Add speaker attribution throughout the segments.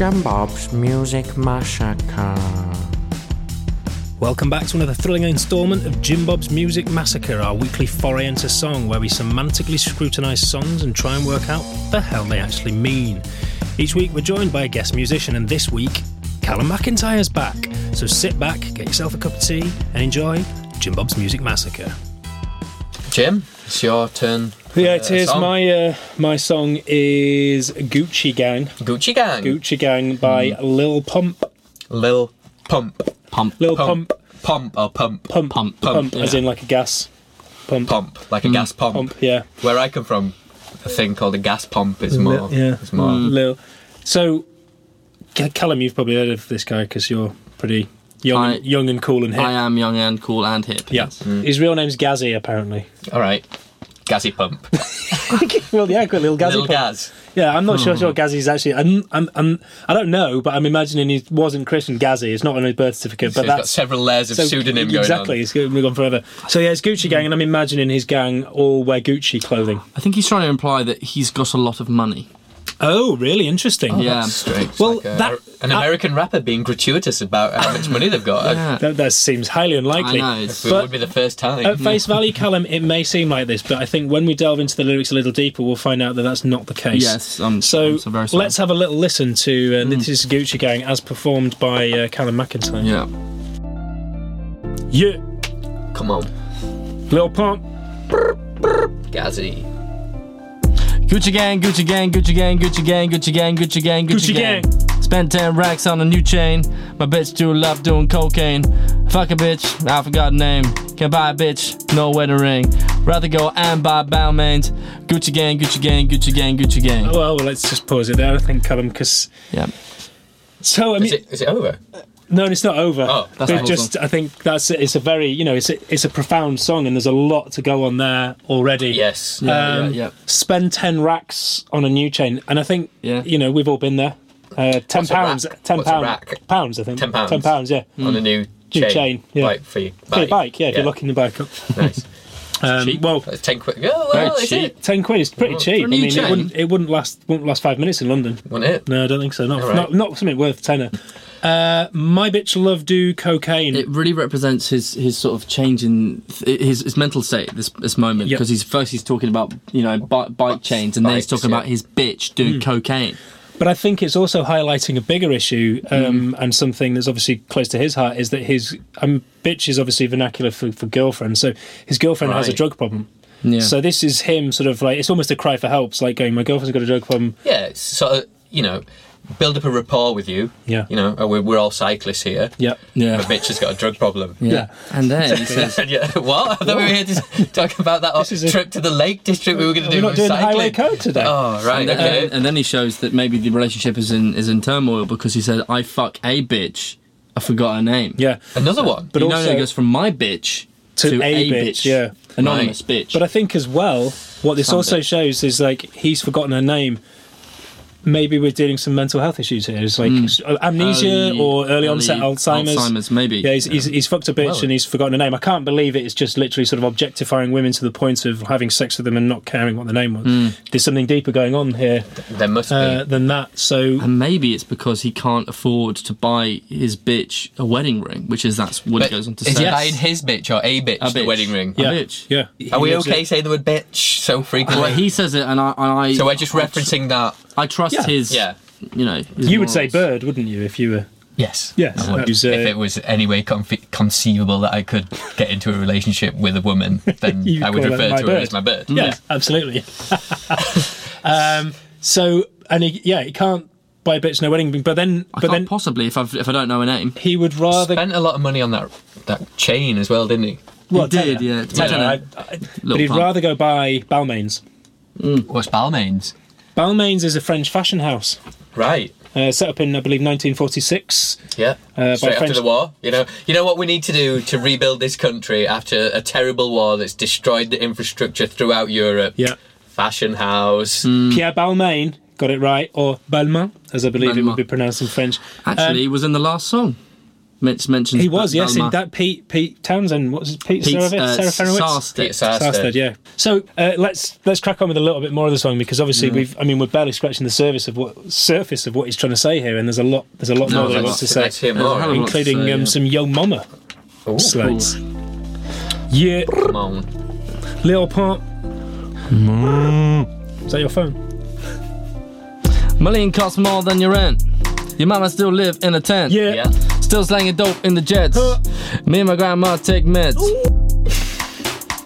Speaker 1: and Bob's Music Massacre.
Speaker 2: Welcome back to another thrilling instalment of Jim Bob's Music Massacre, our weekly foray into song, where we semantically scrutinise songs and try and work out what the hell they actually mean. Each week, we're joined by a guest musician, and this week, Callum McIntyre's back. So sit back, get yourself a cup of tea, and enjoy Jim Bob's Music Massacre.
Speaker 3: Jim, it's your turn.
Speaker 4: Yeah,
Speaker 3: uh,
Speaker 4: it is.
Speaker 3: song.
Speaker 4: My uh, my song is Gucci Gang.
Speaker 3: Gucci Gang.
Speaker 4: Gucci Gang by Lil Pump.
Speaker 3: Lil Pump.
Speaker 5: Pump.
Speaker 4: Lil Pump.
Speaker 3: Pump or pump.
Speaker 4: Pump.
Speaker 5: Pump.
Speaker 4: Pump.
Speaker 3: Pump,
Speaker 4: As
Speaker 3: yeah.
Speaker 4: in like a gas pump.
Speaker 3: Pump. Like a gas
Speaker 4: Mm.
Speaker 3: pump.
Speaker 4: Pump. Yeah.
Speaker 3: Where I come from, a thing called a gas pump is more.
Speaker 4: Lil- yeah.
Speaker 3: It's more.
Speaker 4: Lil. So, C- Callum, you've probably heard of this guy because you're pretty young,
Speaker 5: I-
Speaker 4: and, young and cool and hip.
Speaker 5: I am young and cool and hip.
Speaker 4: yeah. His real name's Gazzy, apparently.
Speaker 3: All right. Gassy pump.
Speaker 4: well, yeah, got little Hmm. Gazzy.
Speaker 3: Little
Speaker 4: pump.
Speaker 3: gas.
Speaker 4: Yeah, I'm not sure sure Gazzy's actually. I'm, I'm, I'm, I don't know, but I'm imagining he wasn't Christian Gazzy. It's not on his birth certificate,
Speaker 3: So
Speaker 4: but
Speaker 3: he's got
Speaker 4: that's
Speaker 3: several layers of pseudonym going
Speaker 4: exactly,
Speaker 3: on.
Speaker 4: it's going on forever. So yeah, it's Gucci gang, and I'm imagining his gang all wear Gucci clothing.
Speaker 5: I think he's trying to imply that he's got a lot of money.
Speaker 4: Oh, really interesting.
Speaker 5: yeah.
Speaker 3: Straight. It's
Speaker 4: Well,
Speaker 3: like a-
Speaker 4: that-
Speaker 3: an American rapper being gratuitous about how much money they've got.
Speaker 5: Yeah.
Speaker 4: that, that seems highly unlikely.
Speaker 5: I know. It's,
Speaker 3: It
Speaker 4: But-
Speaker 3: would be the first time.
Speaker 5: Mm-hmm.
Speaker 4: At face value, Callum, it may seem like this, but I think when we delve into the lyrics a little deeper, we'll find out that that's not the case.
Speaker 5: yes. I'm
Speaker 4: So,
Speaker 5: I'm so very sorry. Mm.
Speaker 4: let's have a little listen to uh, this is Gucci Gang as performed by uh, Callum McIntyre.
Speaker 5: Yeah.
Speaker 4: Yeah,
Speaker 3: Come on.
Speaker 4: Lil Pump.
Speaker 3: Gazzy.
Speaker 5: Gucci gang, Gucci gang, Gucci gang, Gucci gang, Gucci gang, Gucci gang,
Speaker 4: Gucci
Speaker 5: Gucci gang. Spent 10 racks on a new chain. My bitch do love doing cocaine. Fuck a bitch, I forgot her name. Can buy a bitch, no wedding ring. Rather go and buy Balmain's. Gucci gang, Gucci gang, Gucci gang, Gucci gang.
Speaker 4: Well, let's just pause it there, I think, Callum, because.
Speaker 5: Yeah.
Speaker 4: So, I mean,
Speaker 3: Is it, is it over?
Speaker 4: No, and it's not over.
Speaker 3: Oh,
Speaker 5: that's
Speaker 4: We've
Speaker 5: not
Speaker 4: just I think that's it's a very you know it's a, it's a profound song and there's a lot to go on there already.
Speaker 3: Yes.
Speaker 5: Yeah,
Speaker 4: Um,
Speaker 5: yeah, yeah.
Speaker 4: Spend ten racks on a new chain, and I think
Speaker 5: Yeah.
Speaker 4: you know we've all been there. Uh, ten
Speaker 3: What's a
Speaker 4: pounds,
Speaker 3: rack?
Speaker 4: ten
Speaker 3: What's a
Speaker 4: pound-
Speaker 3: rack?
Speaker 4: pounds, I think.
Speaker 3: Ten pounds.
Speaker 4: Ten pounds, yeah.
Speaker 3: On a new
Speaker 4: New
Speaker 3: chain.
Speaker 4: chain, yeah.
Speaker 3: Bike for your bike.
Speaker 4: For your bike, yeah, if you're locking the bike up.
Speaker 3: Nice.
Speaker 4: Um,
Speaker 3: cheap.
Speaker 4: Well,
Speaker 3: That's ten quid. Oh, well,
Speaker 5: Very
Speaker 3: is it?
Speaker 5: cheap.
Speaker 4: ten quid is pretty
Speaker 3: for a
Speaker 4: cheap. I
Speaker 3: new
Speaker 4: mean, it
Speaker 3: chain?
Speaker 4: wouldn't it wouldn't last wouldn't last five minutes in London.
Speaker 3: Wasn't it?
Speaker 4: No, I don't think so. Not
Speaker 3: All right.
Speaker 4: not, not something worth tenner. Uh, my bitch love do cocaine.
Speaker 5: It really represents his his sort of change in th- his his mental state at this this moment
Speaker 4: Yeah.
Speaker 5: because he's first he's talking about you know bi- bike chains and then he's
Speaker 3: Bikes,
Speaker 5: talking
Speaker 3: yeah.
Speaker 5: about his bitch
Speaker 4: Hmm.
Speaker 5: doing cocaine.
Speaker 4: But I think it's also highlighting a bigger issue um,
Speaker 5: Mm.
Speaker 4: and something that's obviously close to his heart is that his um, bitch is obviously vernacular for, for girlfriend. So his girlfriend has a
Speaker 3: Right.
Speaker 4: drug problem.
Speaker 5: Yeah.
Speaker 4: So this is him sort of like it's almost a cry for help. It's like going, my girlfriend's got a drug problem.
Speaker 3: Yeah, it's sort of, you know, build up a rapport with you.
Speaker 4: Yeah.
Speaker 3: You know, oh, we're, we're all cyclists here.
Speaker 4: Yeah.
Speaker 5: yeah.
Speaker 3: My bitch has got a drug problem.
Speaker 5: yeah.
Speaker 4: Yeah.
Speaker 5: And then he says,
Speaker 3: And yeah, what? I thought we were here to talk about that off
Speaker 4: is a-
Speaker 3: trip to the Lake District we were going to
Speaker 4: We're
Speaker 3: do.
Speaker 4: not
Speaker 3: with
Speaker 4: doing
Speaker 3: cycling.
Speaker 4: highway code today. uh,
Speaker 3: Oh, right,
Speaker 5: and,
Speaker 3: okay.
Speaker 5: and- and then he shows that maybe the relationship is in is in turmoil because he said, "I fuck a bitch, I forgot her name."
Speaker 4: Yeah.
Speaker 3: Another one.
Speaker 4: But
Speaker 5: you know,
Speaker 4: also-
Speaker 5: it goes from my bitch
Speaker 4: To
Speaker 5: to,
Speaker 4: a bitch, yeah.
Speaker 5: anonymous bitch.
Speaker 4: But I think as well, what this
Speaker 5: Some
Speaker 4: also
Speaker 5: bitch.
Speaker 4: shows is like he's forgotten her name. Maybe we're dealing some mental health issues here. It's like s- uh, amnesia
Speaker 5: Mm. Early-
Speaker 4: or early, onset
Speaker 5: early
Speaker 4: Alzheimer's.
Speaker 5: Alzheimer's, maybe.
Speaker 4: Yeah, he's,
Speaker 5: Um,
Speaker 4: he's, he's fucked a bitch
Speaker 3: Well-
Speaker 4: and he's forgotten her name. I can't believe it. It's just literally sort of objectifying women to the point of having sex with them and not caring what the name was.
Speaker 5: Hmm.
Speaker 4: There's something deeper going on here
Speaker 3: there must be.
Speaker 4: uh, than that. So
Speaker 5: and maybe it's because he can't afford to buy his bitch a wedding ring, which is that's what
Speaker 3: but
Speaker 5: he goes on to
Speaker 3: is
Speaker 5: say.
Speaker 3: it buying his bitch or a bitch,
Speaker 5: A
Speaker 3: the
Speaker 5: bitch.
Speaker 3: wedding ring?
Speaker 4: yeah,
Speaker 5: bitch.
Speaker 4: yeah.
Speaker 3: Are
Speaker 4: He
Speaker 3: we
Speaker 4: lives
Speaker 3: okay
Speaker 4: it.
Speaker 3: saying the word bitch so frequently?
Speaker 5: Well, he says it, and I, and I
Speaker 3: so we're just referencing that.
Speaker 5: I trust
Speaker 4: Yeah.
Speaker 5: his.
Speaker 3: Yeah.
Speaker 5: You know. his
Speaker 4: You would say
Speaker 5: morals.
Speaker 4: bird, wouldn't you, if you were?
Speaker 3: Yes.
Speaker 4: Yes.
Speaker 3: I would.
Speaker 4: That was, uh,
Speaker 3: if it was any way confe- conceivable that I could get into a relationship with a woman, then
Speaker 4: You
Speaker 3: I would
Speaker 4: call her
Speaker 3: refer
Speaker 4: my
Speaker 3: to her
Speaker 4: bird. Mm.
Speaker 3: as my bird.
Speaker 5: Hmm.
Speaker 4: Yeah, absolutely. um, so and he, yeah, he can't buy a bitch no wedding ring. But then,
Speaker 5: I
Speaker 4: but
Speaker 5: can't
Speaker 4: then
Speaker 5: possibly if I if I don't know her name.
Speaker 4: he would rather.
Speaker 3: Spent a lot of money on that that chain as well, didn't he?
Speaker 4: well,
Speaker 5: He did,
Speaker 4: tenner.
Speaker 5: yeah.
Speaker 4: Tenner,
Speaker 5: Tenner.
Speaker 4: I- I- but
Speaker 5: Little
Speaker 4: he'd
Speaker 5: pump.
Speaker 4: rather go buy Balmain's.
Speaker 3: What's Balmain's?
Speaker 4: Balmain's is a French fashion house
Speaker 3: Right.
Speaker 4: uh, set up in, I believe, 1946.
Speaker 3: Yeah.
Speaker 4: Uh, by
Speaker 3: Straight after
Speaker 4: French-
Speaker 3: the war, you know, you know what we need to do to rebuild this country after a terrible war that's destroyed the infrastructure throughout Europe.
Speaker 4: Yeah. Mm.
Speaker 3: Fashion house.
Speaker 5: Mm.
Speaker 4: Pierre Balmain got it right, or Balmain, as I believe it
Speaker 5: Balmain.
Speaker 4: would be pronounced in French.
Speaker 5: Actually,
Speaker 4: Um,
Speaker 5: he was in the last song. Mitch mentioned
Speaker 4: He was, yes, in
Speaker 5: Belmar.
Speaker 4: that Pete Pete Townsend. What was it? Pete
Speaker 5: Pete,
Speaker 4: Saravitz?
Speaker 5: uh,
Speaker 4: Serafinowicz?
Speaker 5: Sarsted.
Speaker 3: Peter Sarsted.
Speaker 4: Sarsted, yeah. So uh, let's let's crack on with a little bit more of the song because obviously
Speaker 5: Mm.
Speaker 4: we've I mean we're barely scratching the surface of what surface of what he's trying to say here, and there's a lot there's a lot
Speaker 5: No,
Speaker 4: more that he
Speaker 5: let's-
Speaker 4: wants to say, uh,
Speaker 3: let's hear
Speaker 5: There's a
Speaker 3: more.
Speaker 5: hell of a lot to
Speaker 4: including
Speaker 5: say,
Speaker 4: um,
Speaker 5: yeah.
Speaker 4: some Yo Mama
Speaker 3: Ooh,
Speaker 4: slates. Yeah,
Speaker 3: Come on.
Speaker 4: Lil Pump.
Speaker 5: Mm.
Speaker 4: Is that your phone?
Speaker 5: Million costs more than your rent. Your mama still live in a tent.
Speaker 4: Yeah.
Speaker 3: Yeah.
Speaker 5: Still slanging dope in the jets. Me and my grandma take meds.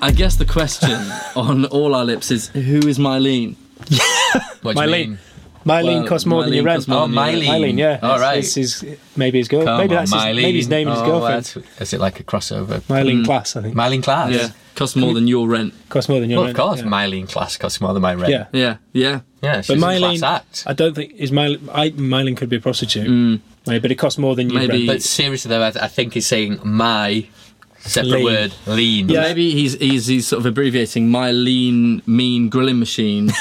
Speaker 5: I guess the question on all our lips is who is Mylene?
Speaker 3: What do you
Speaker 4: Mylene.
Speaker 3: mean?
Speaker 4: Mylene
Speaker 5: Well,
Speaker 4: costs more than your
Speaker 5: Mylene
Speaker 4: rent.
Speaker 5: costs more
Speaker 3: Oh,
Speaker 5: than your rent.
Speaker 3: Mylene.
Speaker 4: Mylene, yeah.
Speaker 3: All
Speaker 4: It's-
Speaker 3: right.
Speaker 4: it's his- maybe his girl.
Speaker 3: Come
Speaker 4: maybe
Speaker 3: on,
Speaker 4: that's his,
Speaker 3: Mylene.
Speaker 4: maybe his name and his
Speaker 3: Oh,
Speaker 4: girlfriend.
Speaker 3: that's- mm. Is it like a crossover?
Speaker 4: Mylene Class, I think.
Speaker 3: Mylene Class.
Speaker 5: Yeah. Costs more than your rent.
Speaker 4: costs more than your
Speaker 3: Well, of
Speaker 4: rent.
Speaker 3: course,
Speaker 4: yeah.
Speaker 3: Mylene Class costs more than my rent.
Speaker 4: Yeah.
Speaker 5: Yeah, yeah.
Speaker 3: yeah. She's
Speaker 4: But
Speaker 3: a
Speaker 4: Mylene,
Speaker 3: class act.
Speaker 4: I don't think is Mylene. I, Mylene could be a prostitute,
Speaker 3: Mm.
Speaker 4: maybe, but it costs more than you
Speaker 5: Maybe.
Speaker 4: rent.
Speaker 3: But seriously, though, I, th- I think he's saying my separate
Speaker 4: Lean.
Speaker 3: word, lean.
Speaker 4: Yeah.
Speaker 5: Maybe he's, he's he's sort of abbreviating my lean mean grilling machine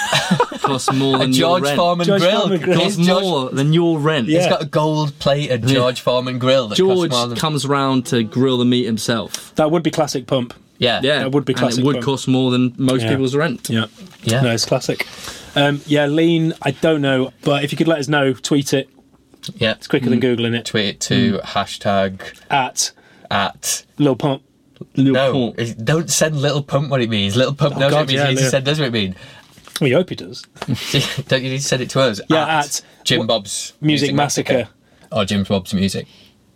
Speaker 5: costs more
Speaker 3: A
Speaker 5: than your
Speaker 3: George
Speaker 5: rent.
Speaker 3: Foreman
Speaker 4: George
Speaker 3: grill.
Speaker 4: Foreman grill.
Speaker 5: costs
Speaker 3: He's George-
Speaker 5: more than your rent.
Speaker 4: Yeah.
Speaker 3: He's got a gold plated George Foreman grill. That costs
Speaker 5: George
Speaker 3: more than,
Speaker 5: comes round to grill the meat himself.
Speaker 4: That would be classic pump.
Speaker 3: yeah,
Speaker 5: Yeah,
Speaker 4: That would be
Speaker 5: And
Speaker 4: classic
Speaker 5: it would
Speaker 4: punk.
Speaker 5: cost more than most
Speaker 4: Yeah.
Speaker 5: people's rent.
Speaker 4: Yeah.
Speaker 3: Yeah.
Speaker 4: No, it's classic. Um, yeah, lean. I don't know, but if you could let us know, tweet it.
Speaker 3: yeah.
Speaker 4: It's Mm. quicker than
Speaker 3: Mm.
Speaker 4: googling it.
Speaker 3: Tweet it to hashtag
Speaker 4: At
Speaker 3: at.
Speaker 4: Lil Pump.
Speaker 5: Little
Speaker 3: No,
Speaker 5: punk.
Speaker 3: it's- don't send little pump what it means. Little pump knows
Speaker 4: Oh, God,
Speaker 3: what it means.
Speaker 4: yeah,
Speaker 3: you need
Speaker 4: yeah.
Speaker 3: to send us what it means.
Speaker 4: We hope he does.
Speaker 3: don't you need to send it to us?
Speaker 4: Yeah, at
Speaker 3: Jim
Speaker 4: wh-
Speaker 3: Bob's
Speaker 4: Music Massacre.
Speaker 3: or Jim Bob's Music.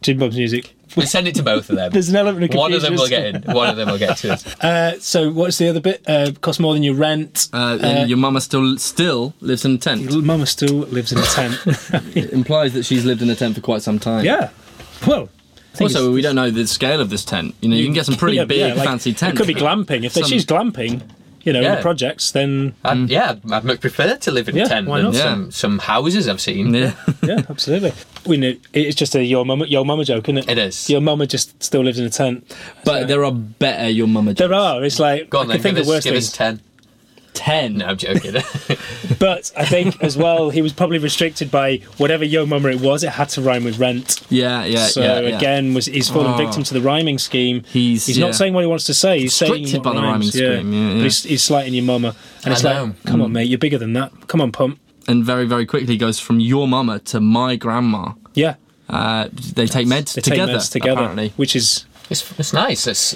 Speaker 4: Jim Bob's music.
Speaker 3: We send it to both of them.
Speaker 4: There's an element of
Speaker 3: One of them
Speaker 4: confusion.
Speaker 3: will get in. One of them will get to us.
Speaker 4: Uh, so what's the other bit? Uh, cost more than your rent.
Speaker 5: Uh, and your mama still still lives in a tent.
Speaker 4: Little Mama still lives in a tent.
Speaker 5: It implies that she's lived in a tent for quite some time.
Speaker 4: yeah. Well. I think
Speaker 5: Also,
Speaker 4: it's-
Speaker 5: we don't know the scale of this tent. You know, you can get some pretty
Speaker 4: Yeah,
Speaker 5: big,
Speaker 4: yeah, like,
Speaker 5: fancy
Speaker 4: It
Speaker 5: tents.
Speaker 4: could be glamping. If they,
Speaker 5: Some-
Speaker 4: she's glamping, you know, in
Speaker 3: Yeah.
Speaker 4: the projects, then
Speaker 3: I'd, Yeah, I'd- I'd much prefer to live in
Speaker 4: Yeah,
Speaker 3: a tent
Speaker 4: why
Speaker 3: than
Speaker 4: not?
Speaker 3: some, some houses I've seen.
Speaker 5: Yeah.
Speaker 4: yeah, absolutely. We know it's just a your mama, your mama joke, isn't it?
Speaker 3: It is.
Speaker 4: Your mama just still lives in a tent.
Speaker 5: but there are better your mama.
Speaker 4: There are. It's like
Speaker 3: Go on
Speaker 4: I
Speaker 3: then,
Speaker 4: can think
Speaker 3: give,
Speaker 4: of
Speaker 3: us,
Speaker 4: worse
Speaker 3: give us
Speaker 4: things.
Speaker 3: 10.
Speaker 5: ten.
Speaker 3: No, I'm joking.
Speaker 4: But I think as well, he was probably restricted by whatever yo mama it was. It had to rhyme with rent.
Speaker 5: Yeah, yeah,
Speaker 4: So
Speaker 5: Uh, yeah, yeah.
Speaker 4: again, was he's fallen
Speaker 5: Oh.
Speaker 4: victim to the rhyming scheme.
Speaker 5: He's-
Speaker 4: he's
Speaker 5: yeah.
Speaker 4: not saying what he wants to say. He's saying
Speaker 5: Restricted
Speaker 4: what
Speaker 5: by the
Speaker 4: rhymes,
Speaker 5: rhyming scheme, yeah, Hmm.
Speaker 4: But
Speaker 5: yeah.
Speaker 4: He's, he's slighting your mama, and it's
Speaker 3: I
Speaker 4: like,
Speaker 3: know.
Speaker 4: come on, mate, you're bigger than that. Come on, pump.
Speaker 5: and very, very quickly goes from your mama to my grandma.
Speaker 4: Yeah,
Speaker 5: Uh, they take meds
Speaker 4: they
Speaker 5: together.
Speaker 4: take meds together,
Speaker 5: Apparently,
Speaker 4: which is
Speaker 3: it's, it's nice. It's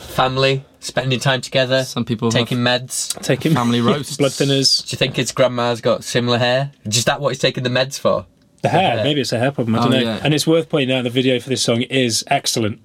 Speaker 3: family, spending time together,
Speaker 5: Some people have-
Speaker 3: taking meds.
Speaker 4: taking
Speaker 5: Family roasts.
Speaker 4: blood thinners,
Speaker 3: Do you think his grandma's got similar hair? Is that what he's taking the meds for?
Speaker 4: the hair.
Speaker 3: Yeah.
Speaker 4: Maybe it's a hair problem. I don't
Speaker 5: Oh,
Speaker 4: know.
Speaker 5: yeah.
Speaker 4: And it's worth pointing out the video for this song is excellent.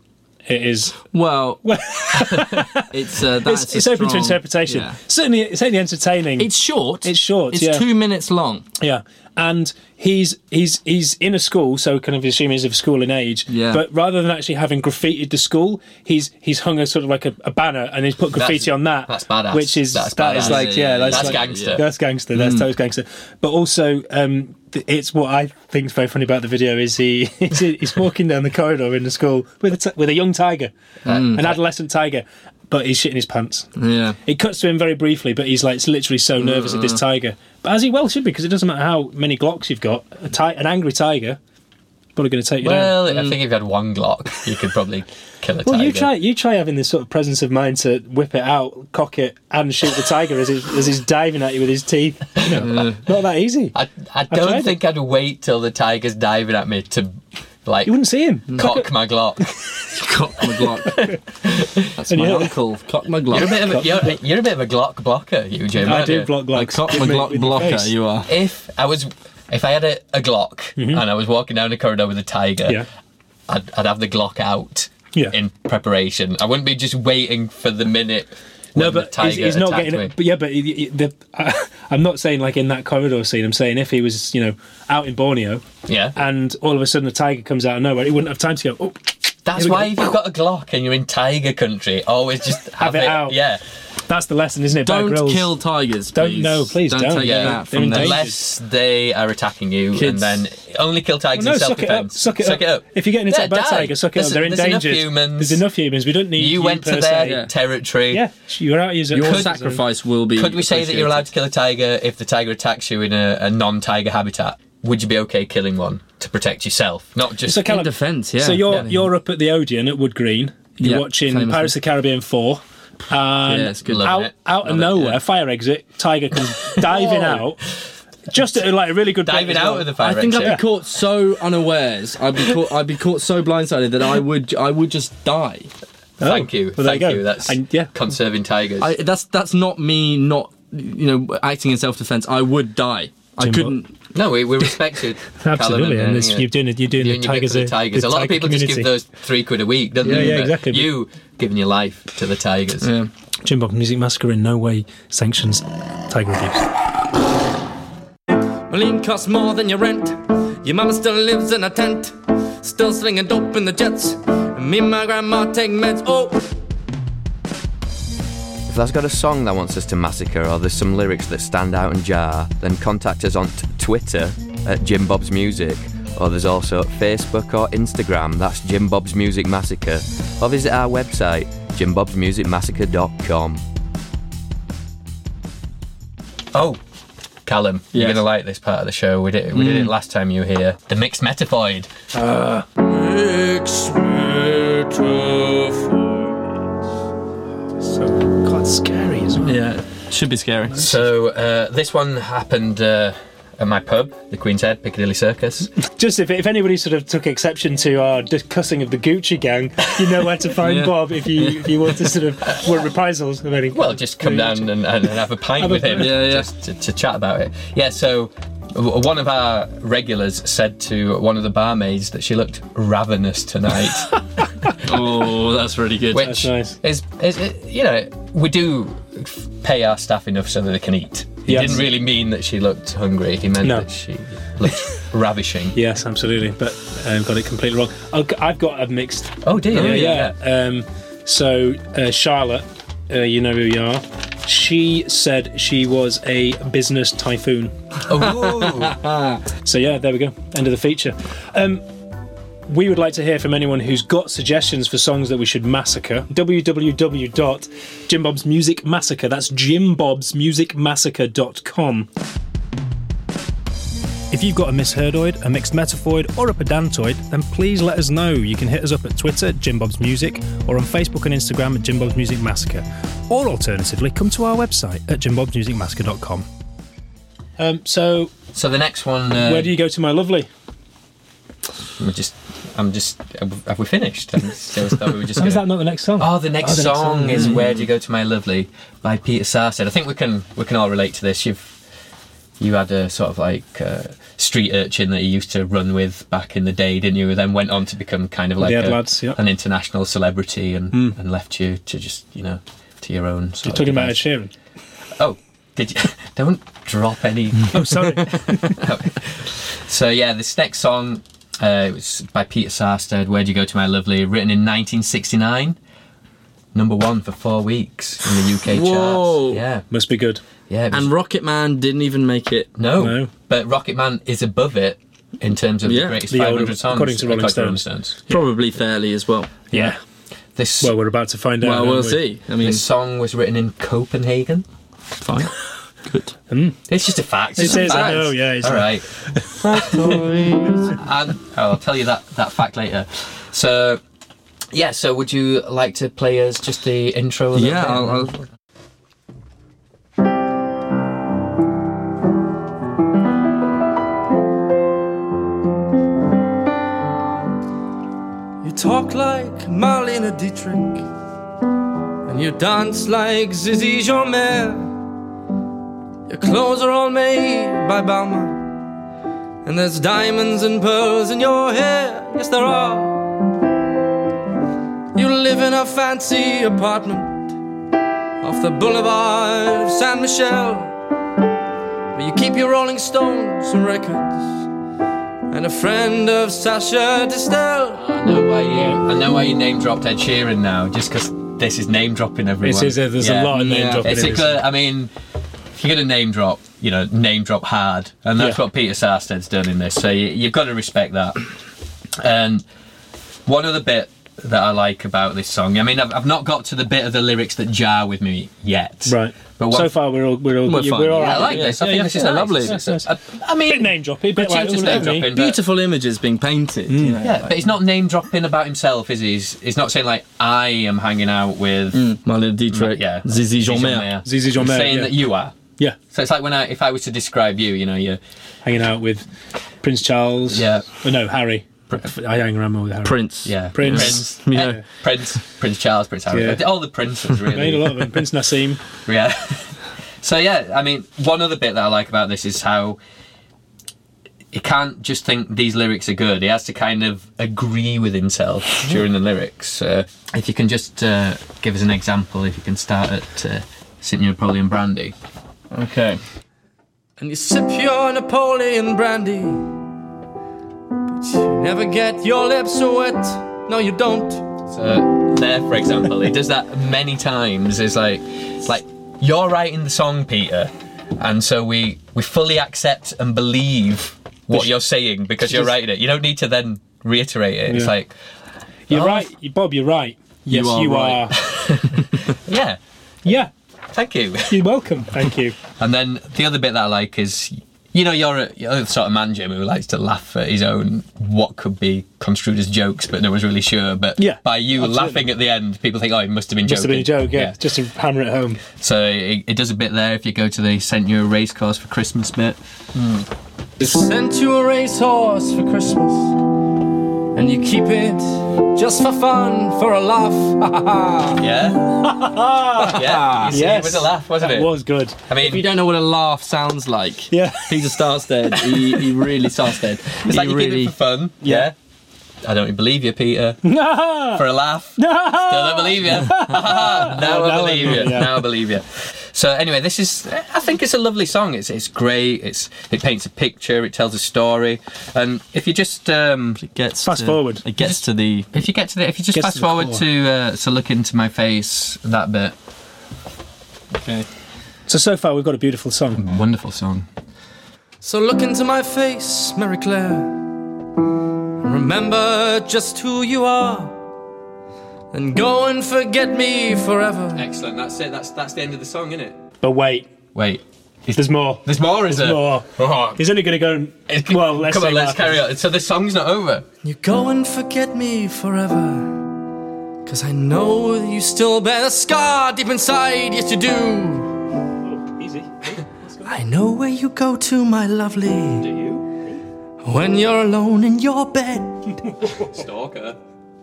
Speaker 4: It is.
Speaker 5: well, it's uh, that's
Speaker 4: It's, it's open to interpretation. Certainly, it's certainly entertaining.
Speaker 5: It's short.
Speaker 4: It's short,
Speaker 5: It's
Speaker 4: yeah.
Speaker 5: two minutes long.
Speaker 4: Yeah, and he's he's he's in a school, so kind of assume he's of school in age.
Speaker 5: Yeah.
Speaker 4: But rather than actually having graffitied the school, he's he's hung a sort of like a, a banner and he's put graffiti on that.
Speaker 3: that's badass.
Speaker 4: Which is
Speaker 3: That's
Speaker 4: that is
Speaker 3: badass.
Speaker 4: like
Speaker 5: Yeah,
Speaker 4: yeah,
Speaker 5: yeah,
Speaker 4: that's,
Speaker 3: That's
Speaker 4: like-
Speaker 3: gangster. Mm.
Speaker 4: That's gangster. That's total gangster. But also. um th- it's what I think's very funny about the video is he he's walking down the corridor in the school with a t- with a young tiger,
Speaker 3: Mm.
Speaker 4: an adolescent tiger, but he's shitting his pants.
Speaker 5: Yeah.
Speaker 4: It cuts to him very briefly, but he's like it's literally so nervous at
Speaker 3: Mm-hmm.
Speaker 4: this tiger. But as he well should be, because it doesn't matter how many Glocks you've got, a ti- an angry tiger probably going to take you down.
Speaker 3: Well, I think if you had one Glock, you could probably kill a
Speaker 4: Mm. Well,
Speaker 3: tiger.
Speaker 4: you try you try having this sort of presence of mind to whip it out, cock it, and shoot the tiger as, he's as he's diving at you with his teeth. You know, not that easy.
Speaker 3: Mm-hmm. I, I
Speaker 4: tried
Speaker 3: don't
Speaker 4: it.
Speaker 3: think I'd wait till the tiger's diving at me to, like,
Speaker 4: you wouldn't see him. Cock
Speaker 3: cock
Speaker 4: it-
Speaker 3: my Glock.
Speaker 5: Cock my Glock. That's
Speaker 4: And
Speaker 5: my
Speaker 4: you-
Speaker 5: uncle. Cock my
Speaker 3: You're a
Speaker 5: Glock.
Speaker 3: bit of a, you're, you're a bit of a Glock blocker, you Jim.
Speaker 4: I
Speaker 3: aren't
Speaker 4: do
Speaker 3: you?
Speaker 4: block
Speaker 5: A
Speaker 4: Glocks.
Speaker 5: cock
Speaker 4: Hit
Speaker 5: my
Speaker 4: me
Speaker 5: Glock
Speaker 4: with your
Speaker 5: blocker.
Speaker 4: face.
Speaker 5: You are.
Speaker 3: If I was, if I had a, a Glock and I was walking down the corridor with a tiger,
Speaker 4: Mm-hmm. Yeah.
Speaker 3: I'd, I'd have the Glock out
Speaker 4: Yeah.
Speaker 3: in preparation. I wouldn't be just waiting for the minute.
Speaker 4: No,
Speaker 3: when the
Speaker 4: but he's,
Speaker 3: tiger
Speaker 4: he's not
Speaker 3: attacked
Speaker 4: getting
Speaker 3: me.
Speaker 4: it. But yeah, but he, he- the, I, I'm not saying like in that corridor scene. I'm saying if he was, you know, out in Borneo,
Speaker 3: Yeah.
Speaker 4: and all of a sudden a tiger comes out of nowhere, he wouldn't have time to go. Oh,
Speaker 3: That's
Speaker 4: Here we
Speaker 3: why
Speaker 4: go.
Speaker 3: if you've got a Glock and you're in Tiger Country, always just have,
Speaker 4: Have it out.
Speaker 3: Yeah,
Speaker 4: that's the lesson, isn't it? Bear
Speaker 5: Don't
Speaker 4: Grylls.
Speaker 5: kill tigers.
Speaker 4: Don't-
Speaker 5: please.
Speaker 4: no, please don't.
Speaker 5: take
Speaker 3: Yeah.
Speaker 5: that
Speaker 4: They're
Speaker 5: from them.
Speaker 4: endangered.
Speaker 3: unless they are attacking you,
Speaker 5: Kids.
Speaker 3: and then only kill tigers
Speaker 4: Well, Oh, no,
Speaker 3: in
Speaker 4: suck it up.
Speaker 3: self-defense.
Speaker 4: Suck it, up. If you're getting
Speaker 3: Yeah,
Speaker 4: attacked by a
Speaker 3: die.
Speaker 4: tiger, suck it
Speaker 3: There's-
Speaker 4: up. They're
Speaker 3: there's
Speaker 4: endangered.
Speaker 3: Enough humans.
Speaker 4: There's enough humans. We don't need
Speaker 3: You, went
Speaker 4: per
Speaker 3: to their
Speaker 4: se.
Speaker 5: Yeah.
Speaker 3: territory.
Speaker 4: Yeah, you're out. You're
Speaker 5: Your
Speaker 3: Could-
Speaker 5: sacrifice will be.
Speaker 3: Could we say that you're
Speaker 5: appreciated.
Speaker 3: allowed to kill a tiger if the tiger attacks you in a, a non-tiger habitat? would you be okay killing one to protect yourself, not just?
Speaker 4: So kind
Speaker 5: In
Speaker 4: of-
Speaker 5: defense, yeah.
Speaker 4: So you're
Speaker 5: Yeah.
Speaker 4: you're up at the Odeon at Wood Green. You're
Speaker 5: Yeah,
Speaker 4: watching
Speaker 5: famously.
Speaker 4: Pirates of the Caribbean four. And
Speaker 5: Yeah, it's good.
Speaker 3: Love
Speaker 4: out
Speaker 3: it.
Speaker 4: out of
Speaker 5: Love it,
Speaker 4: nowhere,
Speaker 5: yeah.
Speaker 4: fire exit. Tiger comes diving out. Just at like a really good
Speaker 3: Diving out of the fire
Speaker 5: I think I'd
Speaker 3: exit.
Speaker 5: be caught so unawares. I'd be caught. I'd be caught so blindsided that I would. I would just die.
Speaker 3: Thank you,
Speaker 4: well, there
Speaker 3: thank
Speaker 4: you
Speaker 3: you.
Speaker 4: go.
Speaker 3: That's
Speaker 4: And, yeah.
Speaker 3: conserving tigers.
Speaker 5: I, that's that's not me. Not you know acting in self defense. I would die. I
Speaker 2: Jimbo.
Speaker 5: couldn't.
Speaker 3: no, we, we respect it. Callum,
Speaker 2: Absolutely, and it's,
Speaker 3: yeah.
Speaker 2: you're doing it. You're doing
Speaker 3: You
Speaker 2: the
Speaker 3: and your bit
Speaker 2: tigers.
Speaker 3: for the
Speaker 2: a-
Speaker 3: tigers.
Speaker 2: the
Speaker 3: a lot of
Speaker 2: tiger
Speaker 3: people just give
Speaker 2: community.
Speaker 3: those three quid a week, don't
Speaker 2: Yeah,
Speaker 3: they?
Speaker 2: yeah,
Speaker 3: But
Speaker 2: exactly, but-
Speaker 3: You giving your life to the tigers.
Speaker 5: Yeah.
Speaker 2: Jim Bob Music Massacre in no way sanctions tiger abuse.
Speaker 5: Moline costs more than your rent. Your mama still lives in a tent. Still slinging dope in the jets. And me and my grandma take meds. Oh,
Speaker 6: If that's got a song that wants us to massacre or there's some lyrics that stand out and jar, then contact us on t- Twitter at Jim Bob's Music, or there's also Facebook or Instagram, that's Jim Bob's Music Massacre, or visit our website, jimbobsmusicmassacre.com.
Speaker 3: Oh, Callum, you're
Speaker 5: Yes.
Speaker 3: going to like this part of the show. We did, we did it last time you were here. The mixed metaphoid.
Speaker 2: God, scary as well.
Speaker 5: yeah. Should be scary.
Speaker 3: So uh, this one happened uh, at my pub, the Queen's Head, Piccadilly Circus.
Speaker 4: Just if, if anybody sort of took exception to our discussing of the Gucci gang, you know where to find
Speaker 5: Yeah.
Speaker 4: Bob if you if you want to sort of want reprisals of any.
Speaker 3: Well, just come down and, and, and have a pint
Speaker 4: Have a
Speaker 3: with him,
Speaker 4: pint.
Speaker 5: Yeah, yeah.
Speaker 3: just to, to chat about it. Yeah. So w- one of our regulars said to one of the barmaids that she looked ravenous tonight.
Speaker 5: Oh, that's really good.
Speaker 3: which
Speaker 4: That's nice.
Speaker 3: is, is, is- you know we do f- pay our staff enough so that they can eat. He
Speaker 4: Yes.
Speaker 3: didn't really mean that she looked hungry. He meant
Speaker 4: No.
Speaker 3: that she looked ravishing.
Speaker 4: Yes, absolutely. But um, got it completely wrong. I'll, I've got a mixed
Speaker 3: Oh dear.
Speaker 4: Yeah, yeah. Um, so uh, Charlotte, uh, you know who you are. She said she was a business typhoon.
Speaker 3: Oh,
Speaker 4: So yeah, there we go. End of the feature. Um, we would like to hear from anyone who's got suggestions for songs that we should massacre. www.jimbobsmusicmassacre. That's jimbobsmusicmassacre.com.
Speaker 2: If you've got a misheardoid, a mixed metaphoid, or a pedantoid, then please let us know. You can hit us up at Twitter, Jim Bob's Music, or on Facebook and Instagram at Jim Bob's Music Massacre. Or alternatively, come to our website at jimbobsmusicmassacre.com.
Speaker 4: Um, so
Speaker 3: so the next one. Uh,
Speaker 4: where do you go to, my lovely?
Speaker 3: we just. I'm just. Have we finished? I just thought we were just.
Speaker 4: Is that
Speaker 3: gonna-
Speaker 4: not the next song?
Speaker 3: Oh, the next
Speaker 4: Oh, the next
Speaker 3: song
Speaker 4: song,
Speaker 3: is "Where Do You Go to My Lovely" by Peter Sarsfield. I think we can we can all relate to this. You've you had a sort of like uh, street urchin that you used to run with back in the day, didn't you? Then went on to become kind of like
Speaker 4: Yeah,
Speaker 3: a-
Speaker 4: lads, yeah. Hmm.
Speaker 3: an international celebrity and and left you to just you know to your own. Sort
Speaker 4: You're
Speaker 3: of
Speaker 4: talking about Ed
Speaker 3: device.
Speaker 4: Sheeran.
Speaker 3: Oh, did you? Don't drop any.
Speaker 2: Oh, sorry.
Speaker 3: so yeah, this next song. Uh, it was by Peter Sarsted, Where'd You Go to My Lovely, written in 1969. Number one for four weeks in the UK
Speaker 5: Whoa.
Speaker 3: charts. Yeah,
Speaker 4: Must be good.
Speaker 3: yeah. it was-
Speaker 5: And Rocket Man didn't even make it.
Speaker 3: No,
Speaker 4: No.
Speaker 3: but Rocket Man is above it in terms of
Speaker 5: Yeah.
Speaker 3: the greatest
Speaker 4: The
Speaker 3: 500
Speaker 4: older-
Speaker 3: songs
Speaker 4: according to Rolling
Speaker 3: Stones.
Speaker 5: Probably fairly as well.
Speaker 4: Yeah.
Speaker 3: This
Speaker 4: Well, we're about to find out.
Speaker 5: well,
Speaker 4: aren't
Speaker 5: we'll
Speaker 4: we?
Speaker 5: see. I mean,
Speaker 3: this song was written in Copenhagen.
Speaker 5: fine. Good.
Speaker 3: It's just a fact.
Speaker 4: It
Speaker 3: It's a
Speaker 4: is, I
Speaker 3: fact.
Speaker 4: know, yeah, it's
Speaker 3: All right. and, oh, I'll tell you that that fact later. So. Yeah, so would you like to play us just the intro? a little
Speaker 5: Yeah,
Speaker 3: bit?
Speaker 5: I'll, I'll, You talk like Marlene Dietrich, and you dance like Zizi Jomer. Your clothes are all made by Balmain, and there's diamonds and pearls in your hair. Yes, there are. You live in a fancy apartment off the boulevard of San Michel, where you keep your Rolling Stones and records, and a friend of Sasha Distel.
Speaker 3: I know why you. I know why you name dropped Ed Sheeran now, just because this is name dropping everyone.
Speaker 4: This is it. There's
Speaker 3: Yeah.
Speaker 4: a lot of name
Speaker 5: Yeah.
Speaker 4: dropping.
Speaker 3: It's
Speaker 4: in
Speaker 3: a
Speaker 4: this.
Speaker 3: good, I mean, if you're going to name drop, you know, name drop hard. And that's
Speaker 4: Yeah.
Speaker 3: what Peter Sarsted's done in this. So you, you've got to respect that. And one other bit that I like about this song. I mean, I've, I've not got to the bit of the lyrics that jar with me yet.
Speaker 4: Right.
Speaker 3: But what,
Speaker 4: so far, we're all we're all
Speaker 5: We're
Speaker 4: we're,
Speaker 5: fine.
Speaker 4: all
Speaker 5: Yeah,
Speaker 3: I
Speaker 4: right.
Speaker 3: like this. I
Speaker 5: Yeah,
Speaker 3: think
Speaker 5: yeah,
Speaker 3: this is
Speaker 5: yeah,
Speaker 3: a
Speaker 5: nice,
Speaker 3: lovely.
Speaker 5: nice,
Speaker 4: nice.
Speaker 3: I, I mean,
Speaker 4: Bit name droppy, bit like
Speaker 3: gratuitous
Speaker 4: ooh, look
Speaker 3: name
Speaker 4: at me.
Speaker 3: dropping, but-
Speaker 5: Beautiful images being painted. you know,
Speaker 3: Yeah,
Speaker 5: like-
Speaker 3: but he's not name dropping about himself, is he? He's, he's not saying like I am hanging out with
Speaker 5: Mm, My little Dietrich.
Speaker 3: yeah
Speaker 5: Zizi Jean-Mer.
Speaker 3: Jean-Mer.
Speaker 4: Zizi
Speaker 3: He's
Speaker 4: Jean-Mer,
Speaker 3: saying
Speaker 4: yeah.
Speaker 3: that you are.
Speaker 4: Yeah,
Speaker 3: So it's like when I, if I was to describe you, you know, you
Speaker 4: hanging out with Prince Charles.
Speaker 3: Yeah.
Speaker 4: Oh, no, Harry. I don't remember with Harry.
Speaker 5: Prince.
Speaker 3: yeah
Speaker 4: Prince.
Speaker 3: Prince,
Speaker 5: Yeah.
Speaker 3: eh, Prince, Prince Charles, Prince Harry,
Speaker 4: Yeah.
Speaker 3: all the princes
Speaker 4: I made a lot
Speaker 3: really.
Speaker 4: of them. Prince Nassim.
Speaker 3: yeah. so yeah, I mean, one other bit that I like about this is how he can't just think these lyrics are good. He has to kind of agree with himself during the lyrics. Uh, if you can just uh, give us an example, if you can start at uh, Sip Your Napoleon Brandy.
Speaker 5: Okay. And you sip your Napoleon brandy, but you never get your lips wet. No, you don't.
Speaker 3: So Uh, there, for example, he does that many times. It's like, it's like you're writing the song, Peter, and so we we fully accept and believe what you're saying because you're writing it. You don't need to then reiterate it. It's
Speaker 4: Yeah.
Speaker 3: like,
Speaker 4: You're
Speaker 3: Oh.
Speaker 4: right, you- Bob. You're right. Yes, you
Speaker 5: are
Speaker 4: are.
Speaker 5: right.
Speaker 3: yeah,
Speaker 4: yeah,
Speaker 3: thank you.
Speaker 4: you're welcome. Thank you.
Speaker 3: And then the other bit that I like is, you know, you're, a, you're the sort of man, Jim, who likes to laugh at his own what could be construed as jokes, but no one's really sure. But
Speaker 4: Yeah,
Speaker 3: by you
Speaker 4: absolutely.
Speaker 3: laughing at the end, people think, oh, it must have been joking.
Speaker 4: Must have been a joke. Yeah, just to hammer it home.
Speaker 3: So it, it does a bit there if you go to the sent you a race course for Christmas bit.
Speaker 5: Sent you a racehorse for Christmas, and you keep it just for fun, for a laugh.
Speaker 3: Yeah. yeah. You see, It was a laugh, wasn't
Speaker 4: that
Speaker 3: it?
Speaker 4: was good.
Speaker 3: I
Speaker 5: if you
Speaker 3: mean,
Speaker 5: don't know what a laugh sounds like,
Speaker 4: Yeah.
Speaker 5: Peter starts dead. He, he really starts dead.
Speaker 3: it's like
Speaker 5: he
Speaker 3: you did
Speaker 5: really.
Speaker 3: it for fun. Yeah. I don't believe you, Peter. for a laugh. Still don't believe you. now
Speaker 4: I
Speaker 3: I believe
Speaker 4: know,
Speaker 3: you.
Speaker 4: yeah.
Speaker 3: Now I believe you. So anyway, this is. I think it's a lovely song. It's it's great. It's it paints a picture. It tells a story. And if you just um,
Speaker 5: it gets
Speaker 4: Fast
Speaker 5: to-
Speaker 4: forward.
Speaker 5: It gets to the
Speaker 3: if you get to the if you just
Speaker 4: Gets
Speaker 3: fast
Speaker 4: to the
Speaker 3: forward
Speaker 4: core.
Speaker 3: to uh, to look into my face that bit.
Speaker 4: So so far, we've got a beautiful song.
Speaker 3: Wonderful song.
Speaker 5: So look into my face, Mary Claire. and Remember just who you are. And go and forget me forever.
Speaker 3: Excellent. That's it. That's that's the end of the song, isn't it?
Speaker 4: But wait,
Speaker 3: Wait.
Speaker 4: there's more.
Speaker 3: There's more, is there?
Speaker 4: more.
Speaker 3: Oh,
Speaker 4: He's only going to go. And, well, let's
Speaker 3: come
Speaker 4: see
Speaker 3: on,
Speaker 4: what happens.
Speaker 3: let's carry on. So the song's not over.
Speaker 5: You go and forget me forever. Cause I know that you still bear the scar deep inside, yes you do.
Speaker 4: Easy.
Speaker 5: I know where you go to, my lovely. Do you? When you're alone in your bed.
Speaker 3: Stalker.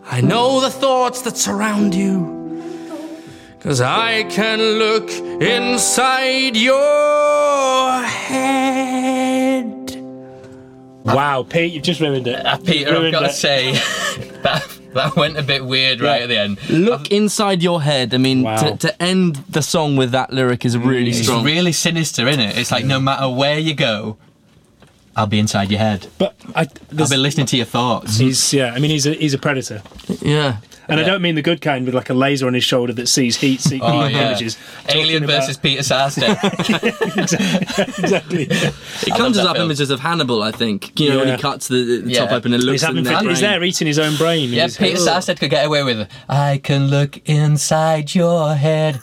Speaker 5: I know the thoughts that surround you. Cause I can look inside your head.
Speaker 4: Wow, Pete, you've just ruined it.
Speaker 3: Uh, Ah, Peter, I've
Speaker 4: Ruined
Speaker 3: got to
Speaker 4: it.
Speaker 3: say that that went a bit weird right at the end.
Speaker 5: Look inside your head. I mean,
Speaker 4: Wow.
Speaker 5: to, to end the song with that lyric is really
Speaker 3: It's
Speaker 5: strong.
Speaker 3: really sinister, isn't it? It's like no matter where you go, I'll be inside your head.
Speaker 4: But I,
Speaker 3: I'll
Speaker 4: there's-
Speaker 3: be listening to your thoughts.
Speaker 4: he's yeah. I mean, he's a he's a predator,
Speaker 5: yeah.
Speaker 4: and I don't mean the good kind with like a laser on his shoulder that sees heat, see,
Speaker 3: Oh,
Speaker 4: heat
Speaker 3: yeah.
Speaker 4: images. Talking
Speaker 3: Alien
Speaker 4: about-
Speaker 3: versus Peter Sarsted.
Speaker 4: exactly.
Speaker 5: It conjures
Speaker 3: that
Speaker 5: up
Speaker 3: film.
Speaker 5: images of Hannibal, I think. You know, when he
Speaker 4: Yeah.
Speaker 5: cuts the, the
Speaker 3: Yeah.
Speaker 5: top open and
Speaker 4: He's
Speaker 5: looks at
Speaker 4: having
Speaker 5: the
Speaker 4: fun. He's there eating his own brain.
Speaker 3: yeah,
Speaker 4: He's-
Speaker 3: Peter
Speaker 4: Ugh.
Speaker 3: Sarsted could get away with I can look inside your head.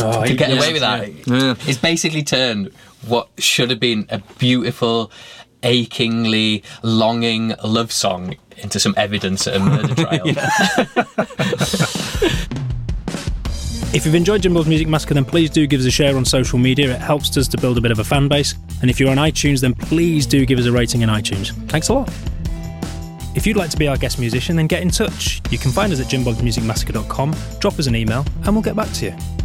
Speaker 4: Oh,
Speaker 3: Could
Speaker 4: he-
Speaker 3: get
Speaker 4: yeah.
Speaker 3: away with that.
Speaker 5: Yeah.
Speaker 3: It's basically turned what should have been a beautiful, achingly longing love song into some evidence at a murder trial.
Speaker 2: If you've enjoyed Jimbo's Music Massacre, then please do give us a share on social media. It helps us to build a bit of a fan base. And if you're on iTunes, then please do give us a rating in iTunes. Thanks a lot. If you'd like to be our guest musician, then get in touch. You can find us at jimbobsmusicmassacre.com, drop us an email, and we'll get back to you.